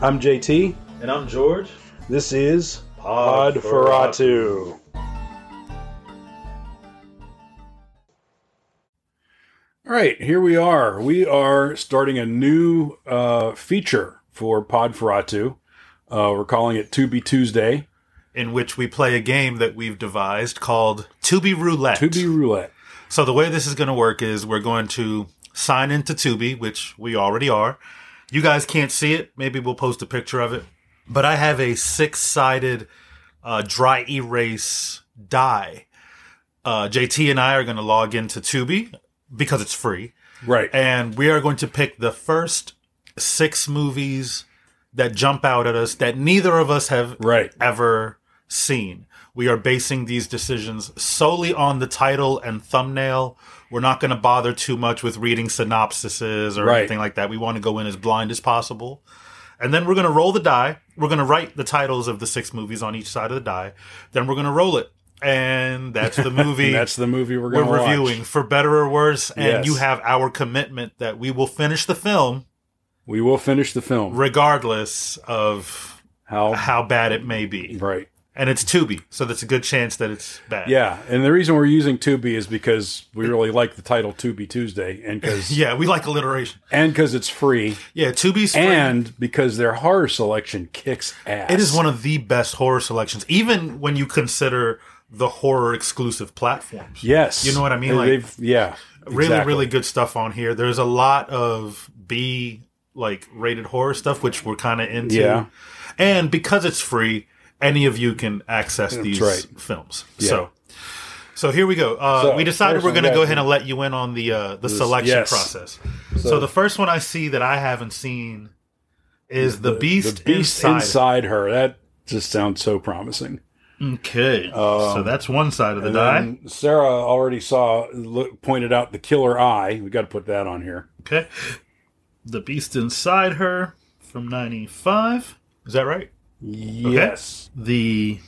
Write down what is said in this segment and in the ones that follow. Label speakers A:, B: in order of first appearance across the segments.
A: I'm JT.
B: And I'm George.
A: This is
B: Pod Ferratu.
A: All right, here we are. We are starting a new uh, feature for Pod Ferratu. Uh, we're calling it To Be Tuesday.
B: In which we play a game that we've devised called Tubi Roulette.
A: To Be Roulette.
B: So the way this is going to work is we're going to sign into Tubi, which we already are. You guys can't see it. Maybe we'll post a picture of it. But I have a six-sided uh, dry erase die. Uh, JT and I are going to log into Tubi because it's free,
A: Right.
B: and we are going to pick the first six movies that jump out at us that neither of us have
A: Right.
B: ever seen. We are basing these decisions solely on the title and thumbnail. We're not going to bother too much with reading synopsises or
A: Right.
B: anything like that. We want to go in as blind as possible. And then we're going to roll the die. We're going to write the titles of the six movies on each side of the die. Then we're going to roll it. And that's the movie
A: And that's the movie we're
B: we're
A: going to
B: reviewing for better or worse. And
A: Yes.
B: you have our commitment that we will finish the film
A: We will finish the film.
B: regardless of
A: How?
B: how bad it may be.
A: Right.
B: and it's Tubi, so that's a good chance that it's bad.
A: Yeah, and the reason we're using Tubi is because we really like the title Tubi Tuesday, and because
B: yeah, we like alliteration.
A: and because it's free,
B: Yeah, Tubi's free.
A: and because their horror selection kicks ass.
B: it is one of the best horror selections, even when you consider the horror exclusive platforms.
A: yes,
B: You know what I mean?
A: And
B: Like-
A: they've- yeah,
B: really,
A: exactly.
B: really good stuff on here. There's a lot of B like rated horror stuff, which we're kind of into.
A: Yeah.
B: and because it's free, any of you can access these
A: right.
B: films. So. So here we go. Uh,
A: So,
B: we decided
A: first
B: we're
A: one,
B: going to
A: guys,
B: go ahead and let you in on the uh, the selection
A: yes.
B: process. So, the first one I see that I haven't seen is the, Beast,
A: the beast
B: inside.
A: inside. her. That just sounds so promising.
B: Okay, so that's one side of the
A: Um, And
B: die.
A: then Sarah already saw look, pointed out the killer eye. We got to put that on here.
B: Okay. The Beast Inside Her from 95. Is that right?
A: Yes,
B: The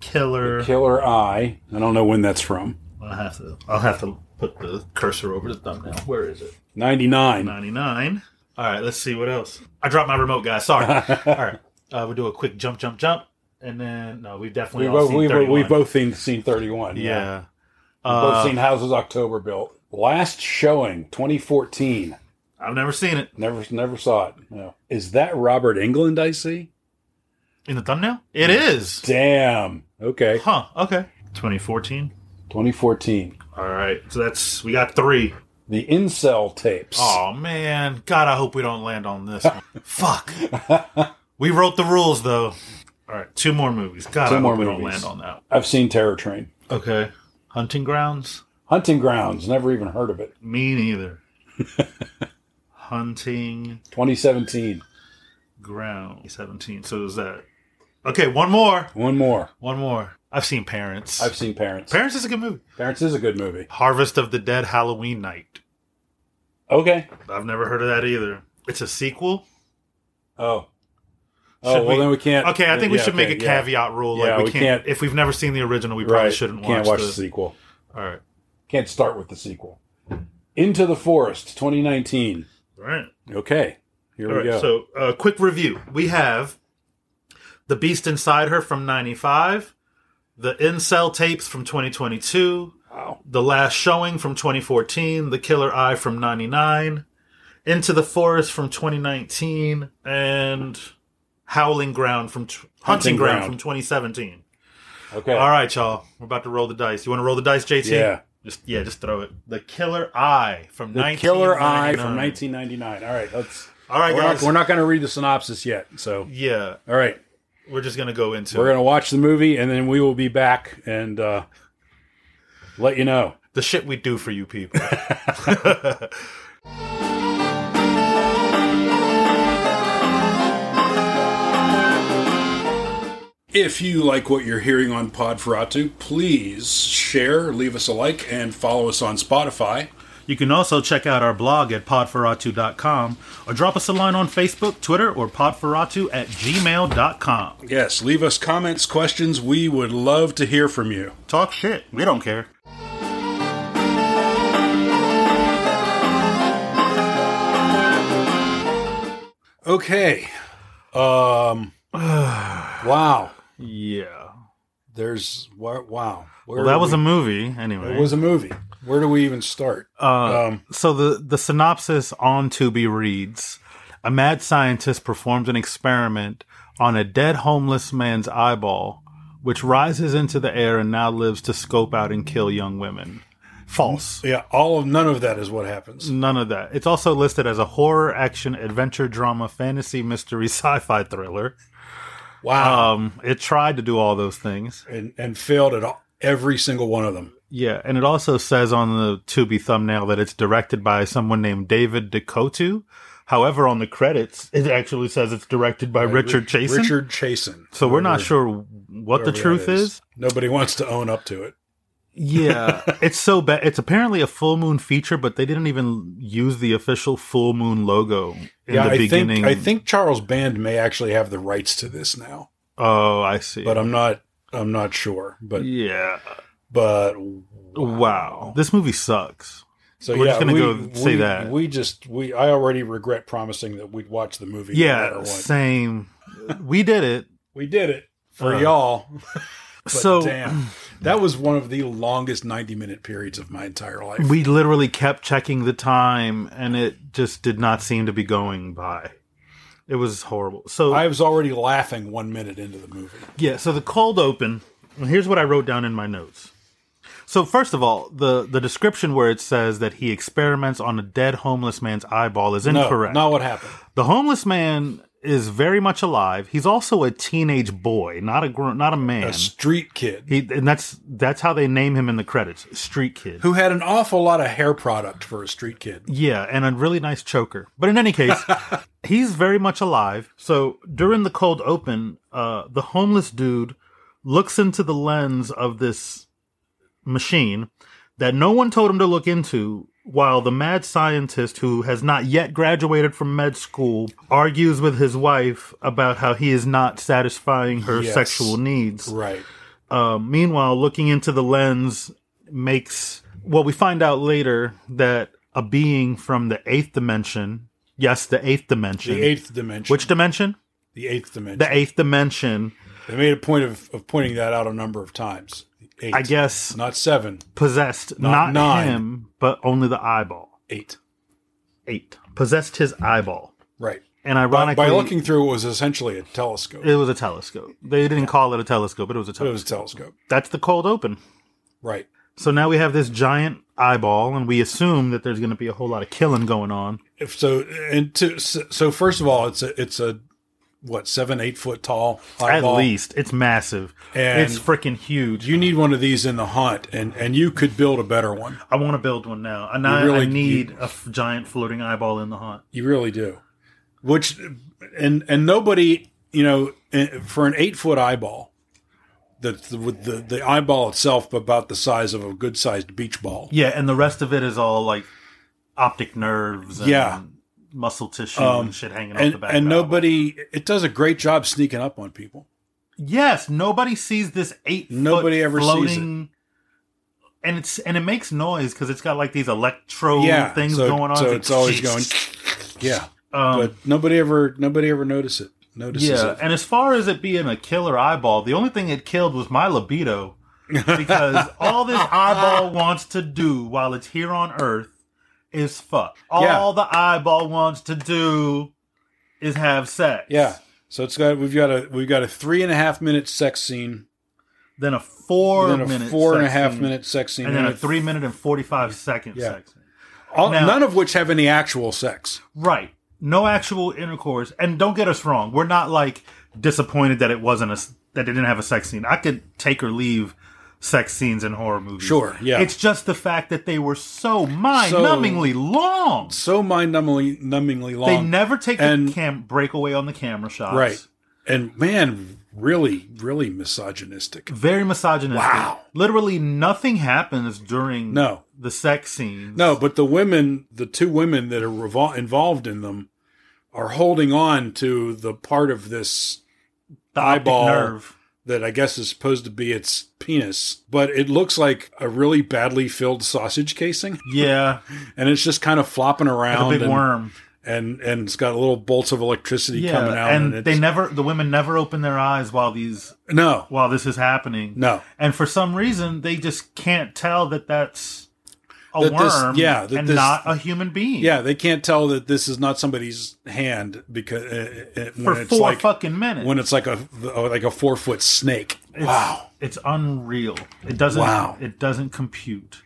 B: Killer.
A: killer eye. I don't know when that's from.
B: I'll have to I'll have to put the cursor over the thumbnail. Where is it?
A: Ninety nine.
B: 99. All right, let's see what else. I dropped my remote, guys. Sorry. All right. Uh, we'll do a quick jump, jump, jump. And then, no, we've definitely
A: We
B: all
A: both
B: seen
A: we, both-
B: 31.
A: we both seen seen thirty one.
B: yeah.
A: Both
B: Uh,
A: seen houses October built. Last showing 2014.
B: I've never seen it.
A: Never never saw it. No. Is that Robert England I see?
B: In the thumbnail? It is.
A: Damn. Okay.
B: Huh. Okay. 2014.
A: 2014.
B: All right. So that's, we got three.
A: The incel tapes.
B: Oh man, God, I hope we don't land on this one. Fuck. We wrote the rules though. All right, two more movies. God,
A: Two
B: I hope
A: more
B: we don't
A: movies.
B: land on that.
A: I've seen Terror Train.
B: one. Okay, Hunting Grounds.
A: Hunting Grounds. Never even heard of it.
B: Me neither. Hunting
A: 2017.
B: Ground. Seventeen. So is that? Okay, one more.
A: One more.
B: One more. I've seen Parents.
A: I've seen Parents.
B: Parents is a good movie.
A: Parents is a good movie.
B: Harvest of the Dead Halloween Night.
A: Okay.
B: I've never heard of that either. It's a sequel.
A: Oh. Oh,
B: Should
A: well
B: we-
A: then we can't.
B: Okay, I think we
A: yeah,
B: should make
A: okay,
B: a
A: yeah.
B: caveat rule.
A: Yeah,
B: like we,
A: we
B: can't,
A: can't-
B: If we've never seen the original, we probably
A: Right.
B: shouldn't watch,
A: Can't watch
B: the,
A: the sequel.
B: All right.
A: Can't start with the sequel. Into the Forest 2019.
B: All right.
A: Okay. Here
B: All
A: we go.
B: right. So, uh, quick review. We have The Beast Inside Her from 95, The Incel Tapes from 2022,
A: wow.
B: The Last Showing from 2014, The Killer Eye from 99, Into the Forest from 2019, and Howling Ground from t- Hunting,
A: Hunting
B: Ground.
A: Ground.
B: from 2017.
A: Okay.
B: All right, y'all. We're about to roll the dice. You want to roll the dice, JT?
A: Yeah.
B: Just yeah, just throw it. The Killer Eye from
A: The Killer Eye from
B: 1999.
A: 1999. All right, let's.
B: All right,
A: We're
B: guys.
A: not, we're not going to read the synopsis yet. So,
B: yeah,
A: all right,
B: we're just gonna go into
A: we're
B: it.
A: going to watch the movie and then we will be back and uh, let you know.
B: the shit we do for you people.
A: If you like what you're hearing on Podferatu, please share, leave us a like, and follow us on Spotify.
B: you can also check out our blog at podferatu.com or drop us a line on Facebook, Twitter, or podferatu at gmail.com.
A: Yes, leave us comments, questions. We would love to hear from you.
B: Talk shit. We don't care.
A: Okay. Um, wow.
B: Yeah.
A: There's wa- wow. Where
B: Well, that
A: do
B: was a
A: we-
B: movie anyway.
A: it was a movie. Where do we even start?
B: Uh,
A: Um,
B: so the the synopsis on Tubi reads: A mad scientist performs an experiment on a dead homeless man's eyeball, which rises into the air and now lives to scope out and kill young women. False.
A: Yeah, all of none of that is what happens.
B: None of that. It's also listed as a horror, action, adventure, drama, fantasy, mystery, sci-fi thriller.
A: Wow,
B: Um, it tried to do all those things.
A: and and failed at all, every single one of them.
B: Yeah, and it also says on the Tubi thumbnail that it's directed by someone named David Dakotu. However, on the credits, it actually says it's directed by Richard Chasen.
A: Richard Chasen.
B: so we're not
A: Whoever-
B: sure what the
A: whoever that
B: truth is.
A: Nobody wants to own up to it.
B: Yeah, it's so bad. It's apparently a full moon feature, but they didn't even use the official full moon logo in
A: yeah,
B: the
A: I
B: beginning.
A: think I think Charles Band may actually have the rights to this now,
B: Oh, I see.
A: but I'm not I'm not sure. But
B: yeah.
A: but
B: Wow, this movie sucks.
A: So
B: We're
A: yeah,
B: just gonna
A: we,
B: go say
A: we-
B: that.
A: we just we I already regret promising that we'd watch the movie. no matter
B: Yeah,
A: what.
B: same. we did it.
A: we did it for
B: Uh,
A: y'all. But
B: so
A: damn, that was one of the longest ninety minute periods of my entire life.
B: we literally kept checking the time and it just did not seem to be going by it was horrible so
A: I was already laughing one minute into the movie.
B: yeah so the cold open and here's what i wrote down in my notes so first of all the the description where it says that he experiments on a dead homeless man's eyeball is
A: No,
B: incorrect
A: not what happened.
B: the homeless man is very much alive he's also a teenage boy not a grown not a man
A: A street kid
B: he, and that's that's how they name him in the credits street kid
A: who had an awful lot of hair product for a street kid.
B: Yeah, and a really nice choker. But in any case, he's very much alive. So during the cold open, uh, the homeless dude looks into the lens of this machine that no one told him to look into. While the mad scientist, who has not yet graduated from med school, argues with his wife about how he is not satisfying her
A: Yes.
B: sexual needs.
A: Right.
B: Uh, meanwhile, looking into the lens makes well, we find out later that a being from the eighth dimension, yes, the eighth dimension,
A: The eighth dimension.
B: which dimension?
A: the eighth dimension.
B: The eighth dimension,
A: they made a point of, of pointing that out a number of times. Eight.
B: I guess,
A: Not seven.
B: possessed
A: Not
B: not,
A: nine.
B: him, but only the eyeball.
A: Eight.
B: Eight possessed his eyeball,
A: Right.
B: and
A: By,
B: ironically,
A: by looking through, it was essentially a telescope.
B: it was a telescope. They didn't call it a telescope, but it was a
A: It
B: telescope.
A: was a telescope.
B: That's the cold open.
A: Right.
B: So now we have this giant eyeball, and we assume that there's going to be a whole lot of killing going on.
A: If so, and to, so, so first of all, it's a it's a what seven eight foot tall eyeball.
B: At least it's massive.
A: And-
B: it's freaking huge.
A: You need one of these in the hunt, and and you could build a better one.
B: I want to build one now, and I,
A: really-
B: I need a f- giant floating eyeball in the hunt.
A: You really do. Which and and nobody, you know, eh, for an eight foot eyeball, the the, with the the eyeball itself about the size of a good sized beach ball.
B: Yeah, and the rest of it is all like optic nerves. And
A: Yeah. Um,
B: Muscle tissue and shit hanging off
A: And
B: the back.
A: and
B: of the eyeball.
A: nobody, it does a great job sneaking up on people.
B: Yes, nobody sees this eight.
A: Nobody ever sees
B: floating, And it's and it makes noise because it's got like these electro
A: Yeah,
B: things
A: so-
B: going on.
A: so it's always going- Yeah,
B: Um,
A: but nobody ever nobody ever notice it. Notices
B: Yeah,
A: it.
B: and as far as it being a killer eyeball, the only thing it killed was my libido because all this eyeball wants to do while it's here on Earth is fuck. All
A: Yeah.
B: the eyeball wants to do is have sex.
A: Yeah. So it's got we've got a we've got a three and a half minute sex scene,
B: Then a four
A: then a
B: minute,
A: four and a
B: sex
A: half
B: scene,
A: minute sex scene,
B: and then a three minute and forty five second
A: Yeah.
B: sex. scene.
A: all,
B: now-
A: none of which have any actual sex.
B: Right. No actual intercourse. And don't get us wrong. We're not like disappointed that it wasn't a that they didn't have a sex scene. I could take or leave sex scenes in horror movies.
A: Sure, yeah.
B: It's just the fact that they were so mind-numbingly long.
A: So mind numbingly numbingly long.
B: They never take
A: And-
B: the cam break away on the camera shots.
A: right. And man, really, really misogynistic.
B: Very misogynistic.
A: Wow.
B: Literally nothing happens during
A: No.
B: the sex scenes.
A: No, but the women, the two women that are revol- involved in them, are holding on to the part of this
B: the optic
A: eyeball.
B: nerve.
A: that I guess is supposed to be its penis, but it looks like a really badly filled sausage casing,
B: Yeah.
A: and it's just kind of flopping
B: The
A: around.
B: big
A: and-
B: worm.
A: and and it's got little bolts of electricity coming out.
B: and,
A: it's,
B: they never the women never open their eyes while these
A: no
B: while this is happening.
A: no
B: And for some reason, they just can't tell that that's a
A: That this-
B: worm,
A: yeah, that
B: and
A: this-
B: not a human being.
A: yeah they can't tell that this is not somebody's hand because uh, uh,
B: for
A: when it's
B: four
A: like
B: fucking minutes.
A: when it's like a like a four foot snake.
B: It's- it's unreal. It doesn't.
A: Wow.
B: it doesn't compute.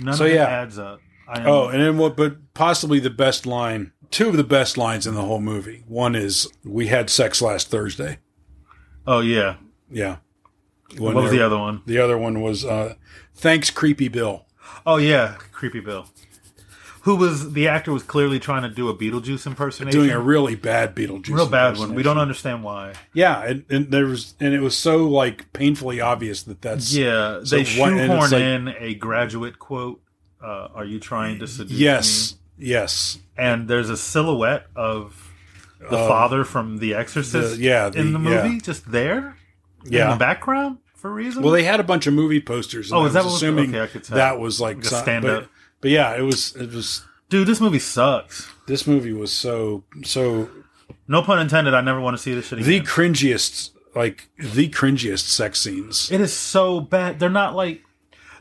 B: None
A: So,
B: of
A: yeah.
B: it adds up. I am,
A: Oh, and then what? But possibly the best line, two of the best lines in the whole movie. One is "We had sex last Thursday."
B: oh yeah.
A: Yeah.
B: What
A: When
B: was
A: they're-
B: the other one?
A: The other one was uh, "Thanks, creepy Bill."
B: Oh yeah, creepy Bill. Who was the actor was clearly trying to do a Beetlejuice impersonation.
A: Doing a really bad Beetlejuice,
B: real bad one.
A: impersonation.
B: We don't understand why.
A: Yeah, and, and there was, and it was so like painfully obvious that that's
B: Yeah,
A: So
B: they
A: what- and it's
B: shoehorn
A: like-
B: in a graduate quote. Uh, are you trying to seduce me?
A: yes,
B: Mm-hmm.
A: yes,
B: And there's a silhouette of the father from The Exorcist.
A: the- yeah, the-
B: in the movie,
A: yeah.
B: just there in
A: yeah.
B: the background for a reason.
A: Well, they had a bunch of movie posters. And
B: Oh,
A: I
B: is that
A: was
B: what-
A: assuming
B: okay, I could tell.
A: that was like
B: Like a
A: some-
B: stand-up.
A: But, but yeah, it was. It was.
B: Dude, this movie sucks.
A: This movie was so so
B: No pun intended. I never want to see this shit
A: the
B: again.
A: cringiest, like the cringiest sex scenes.
B: it is so bad. They're not like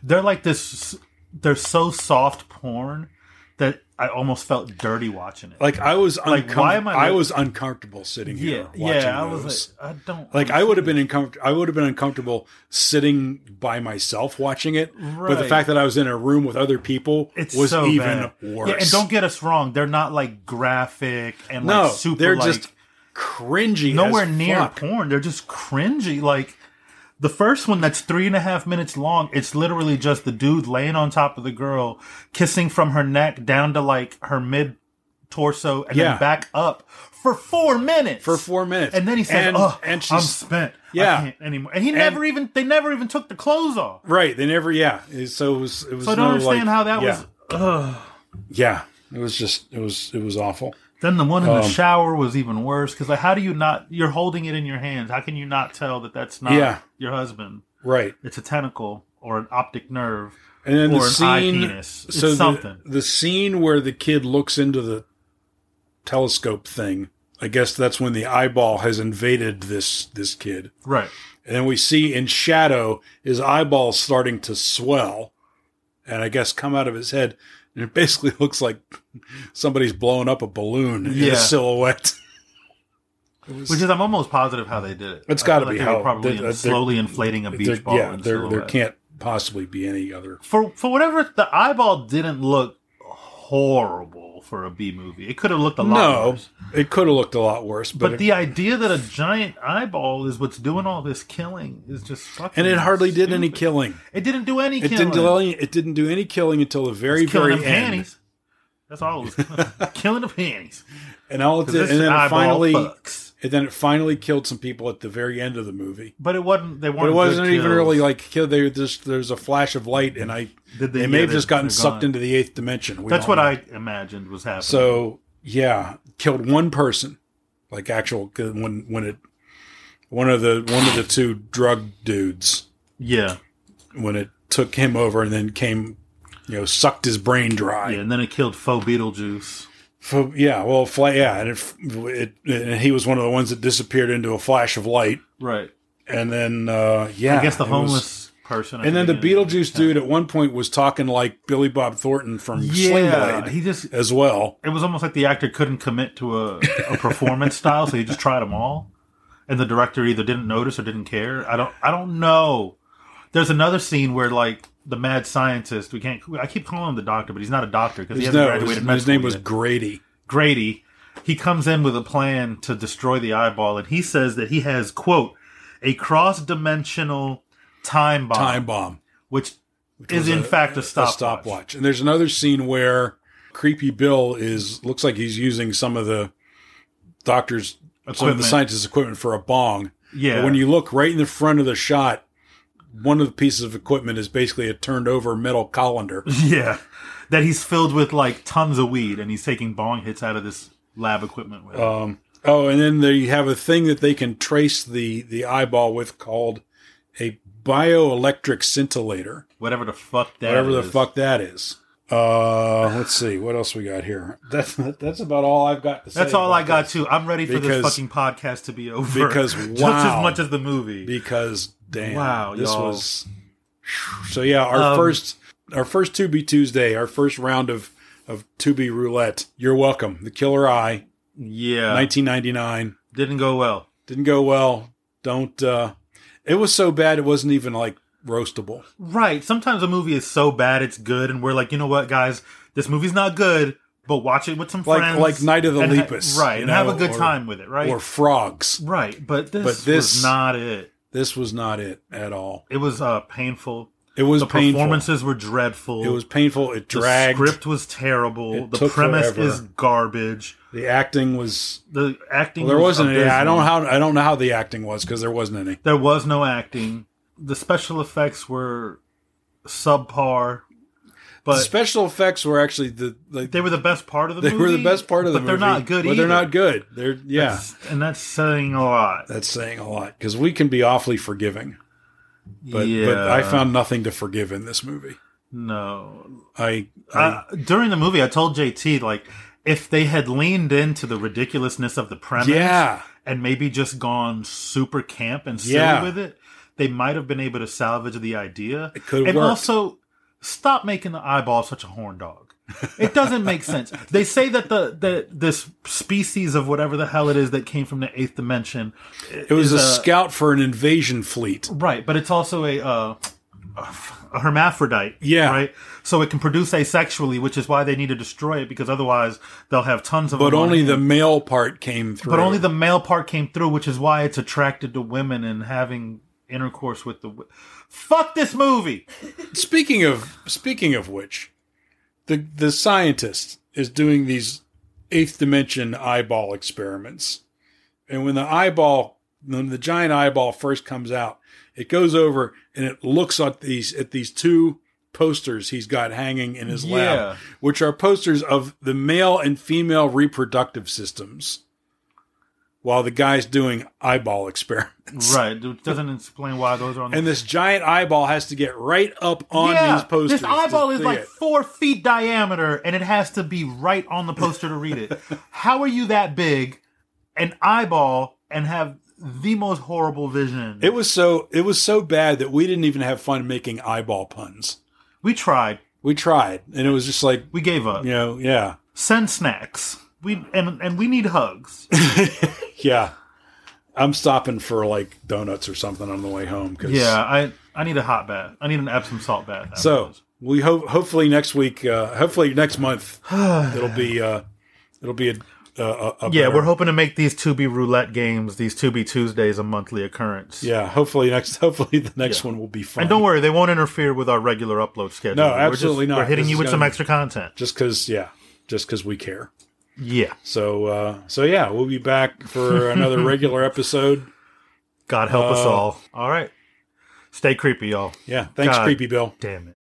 B: they're like this. They're so soft porn that I almost felt dirty watching it.
A: Like I was,
B: Like,
A: uncom-
B: why am I-
A: I was uncomfortable sitting here.
B: yeah,
A: watching
B: yeah. I was
A: those.
B: like, I don't
A: Like I would have been uncomfortable. I would have been uncomfortable sitting by myself watching it. But the
B: Right.
A: fact that I was in a room with other people
B: It's
A: was
B: so
A: even
B: bad.
A: worse.
B: Yeah, and don't get us wrong. They're not like graphic and
A: no,
B: like super.
A: they're
B: like,
A: just cringy.
B: nowhere
A: as
B: near
A: fuck.
B: porn. They're just cringy. Like the first one that's three and a half minutes long, it's literally just the dude laying on top of the girl, kissing from her neck down to like her mid torso and
A: Yeah.
B: then back up for four minutes.
A: for four minutes.
B: and then he said,
A: and,
B: "Oh,
A: and
B: I'm
A: she's
B: spent.
A: Yeah.
B: I can't anymore." And he never even they never even took the clothes off.
A: right. They never. Yeah. So it was. It was.
B: So I don't
A: no,
B: understand
A: like-
B: how that
A: yeah.
B: was. Ugh.
A: Yeah. It was just. It was. It was awful.
B: Then the one in the shower was even worse because like, how do you not? You're holding it in your hands. How can you not tell that that's not
A: Yeah.
B: your husband?
A: Right.
B: it's a tentacle or an optic nerve
A: And then
B: or
A: the
B: an
A: scene.
B: eye penis. It's
A: so the-
B: something.
A: The, scene where the kid looks into the telescope thing. I guess that's when the eyeball has invaded this this kid.
B: right.
A: And then we see in shadow his eyeballs starting to swell and I guess come out of his head. And it basically looks like somebody's blowing up a balloon in
B: Yeah.
A: a silhouette. It was-
B: Which is, I'm almost positive how they did it.
A: It's
B: I
A: gotta
B: feel
A: be
B: they were
A: how-
B: probably
A: they're- they're-
B: slowly inflating a
A: there-
B: beach ball.
A: yeah,
B: in
A: there, there
B: silhouette.
A: can't possibly be any other.
B: For for whatever the eyeball didn't look horrible for a B movie. It could have looked a lot
A: No,
B: worse.
A: it could have looked a lot worse, but,
B: But the idea that a giant eyeball is what's doing all this killing is just fucking.
A: and it hardly did any
B: stupid.
A: killing.
B: It didn't do any
A: It
B: killing.
A: didn't do any. It didn't do any killing until the very
B: It's killing
A: very
B: them
A: end.
B: panties. That's all it was. killing the panties.
A: And all it
B: 'Cause
A: did,
B: this
A: and then it
B: eyeball
A: finally,
B: fucks.
A: and then it finally killed some people at the very end of the movie.
B: But it wasn't. They weren't.
A: But it wasn't
B: good
A: even
B: kills.
A: really like killed. They were just there's a flash of light, and I
B: Did
A: they
B: yeah,
A: may have
B: they-
A: just gotten
B: they're
A: sucked
B: gone.
A: into the eighth dimension. We
B: That's
A: don't
B: what
A: know.
B: I imagined was happening.
A: So yeah, killed one person, like actual uh, when when it one of the one of the two drug dudes
B: yeah,
A: when it took him over and then came, you know, sucked his brain dry.
B: yeah,
A: Yeah,
B: and then it killed faux Beetlejuice.
A: For, yeah well, fla- yeah, and it, it, and he was one of the ones that disappeared into a flash of light,
B: Right.
A: and then uh, yeah,
B: I guess the
A: it was-
B: homeless person. at
A: and then the
B: beginning.
A: Beetlejuice dude at one point was talking like Billy Bob Thornton from Sling
B: Yeah,
A: Blade
B: he just.
A: as well.
B: It was almost like the actor couldn't commit to a, a performance style, so he just tried them all, and the director either didn't notice or didn't care. I don't. I don't know. There's another scene where like the mad scientist. We can't. I keep calling him the doctor, but he's not a doctor because he
A: His,
B: hasn't
A: no,
B: graduated.
A: his,
B: med
A: his name
B: school
A: was
B: yet.
A: Grady.
B: Grady, he comes in with a plan to destroy the eyeball, and he says that he has quote a cross-dimensional time bomb,
A: Time bomb
B: which, is
A: was
B: in
A: a-
B: fact a stopwatch.
A: a stopwatch. And there's another scene where creepy Bill is looks like he's using some of the doctor's some of the
B: Equipment.
A: scientist's equipment for a bong.
B: Yeah,
A: But when you look right in the front of the shot, one of the pieces of equipment is basically a turned over metal colander.
B: yeah, that he's filled with like tons of weed, and he's taking bong hits out of this lab equipment with. him.
A: Um, oh, and then they have a thing that they can trace the the eyeball with called a bioelectric scintillator,
B: whatever the fuck that
A: whatever the
B: is.
A: fuck that is. Uh, let's see what else we got here. That's that's about all I've got to say.
B: That's all I
A: about
B: got too. I'm ready for
A: Because-
B: this fucking podcast to be over.
A: because
B: just
A: wow.
B: as much as the movie.
A: this. because damn,
B: Wow,
A: this
B: y'all.
A: was. So yeah, our
B: Um,
A: first our first To Be Tuesday, our first round of of To Be Roulette. You're welcome. The Killer Eye,
B: yeah,
A: 1999,
B: didn't go well.
A: didn't go well. Don't. uh It was so bad it wasn't even like roastable.
B: Right. Sometimes a movie is so bad it's good, and we're like, you know what, guys, this movie's not good, but watch it with some
A: Like-
B: friends,
A: like Night of the
B: and ha-
A: Lepus,
B: right?
A: you
B: And have a
A: know,
B: good
A: or-
B: time with it, right?
A: Or frogs.
B: right. But this,
A: But this-
B: was not it.
A: This was not it at all.
B: It was uh, painful.
A: It was
B: the
A: painful.
B: performances were dreadful.
A: It was painful. It
B: the
A: dragged.
B: script was terrible.
A: It
B: the
A: took
B: premise
A: forever.
B: is garbage.
A: The acting was
B: The acting.
A: well, there
B: was
A: wasn't any. I don't
B: abysmal.
A: know how I don't know how the acting was because there wasn't any.
B: There was no acting. The special effects were subpar,
A: the
B: but
A: special effects were actually the like,
B: they were the best part of the
A: they
B: movie.
A: were the best part of the
B: but
A: movie.
B: they're not good
A: But
B: either.
A: they're not good. They're yeah. That's,
B: That's- and that's saying a lot.
A: saying a lot because we can be awfully forgiving, but
B: yeah,
A: but I found nothing to forgive in this movie.
B: no.
A: I, I
B: Uh, during the movie, I told JT like if they had leaned into the ridiculousness of the premise,
A: yeah
B: and maybe just gone super camp and silly
A: Yeah.
B: with it, they might have been able to salvage the idea.
A: it could have
B: and
A: worked.
B: also stop making the eyeball such a horn dog it doesn't make sense they say that the that this species of whatever the hell it is that came from the eighth dimension
A: it was a, scout for an invasion fleet.
B: right but it's also a uh a hermaphrodite
A: Yeah.
B: right so it can produce asexually which is why they need to destroy it because otherwise they'll have tons of
A: But
B: them on
A: only
B: hand.
A: the male part came through.
B: but only the male part came through which is why it's attracted to women and having intercourse with the w- fuck this movie
A: Speaking of speaking of which, the the scientist is doing these eighth dimension eyeball experiments, and when the eyeball, when the giant eyeball first comes out, it goes over and it looks at these at these two posters he's got hanging in his
B: Yeah.
A: lab, which are posters of the male and female reproductive systems, while the guy's doing eyeball experiments.
B: right which doesn't explain why those are on the
A: And this giant eyeball has to get right up on these posters.
B: This
A: to
B: eyeball is
A: see
B: like
A: it.
B: four feet diameter, and it has to be right on the poster to read it. How are you that big, an eyeball, and have the most horrible vision?
A: It was so it was so bad that we didn't even have fun making eyeball puns.
B: we tried.
A: We tried, and it was just like
B: We gave up.
A: you know, yeah,
B: Send snacks. We and and we need hugs.
A: yeah. I'm stopping for like donuts or something on the way home. Cause,
B: yeah, I I need a hot bath. I need an Epsom salt bath. after
A: So
B: this.
A: we hope hopefully next week, uh, hopefully next month, it'll be uh, it'll be a, a, a, a
B: yeah,
A: better-
B: we're hoping to make these two B roulette games, these two B Tuesdays, a monthly occurrence.
A: yeah. Hopefully next hopefully the next one will be fun.
B: And don't worry, they won't interfere with our regular upload schedule.
A: No,
B: We're just-
A: absolutely not.
B: We're hitting
A: This
B: you
A: is
B: with some
A: gonna-
B: extra content.
A: just because yeah, just because we care.
B: Yeah.
A: So uh, so yeah, we'll be back for another regular episode.
B: God help us
A: Uh,
B: all. All right. Stay creepy, y'all.
A: Yeah, thanks,
B: God.
A: creepy Bill.
B: Damn it.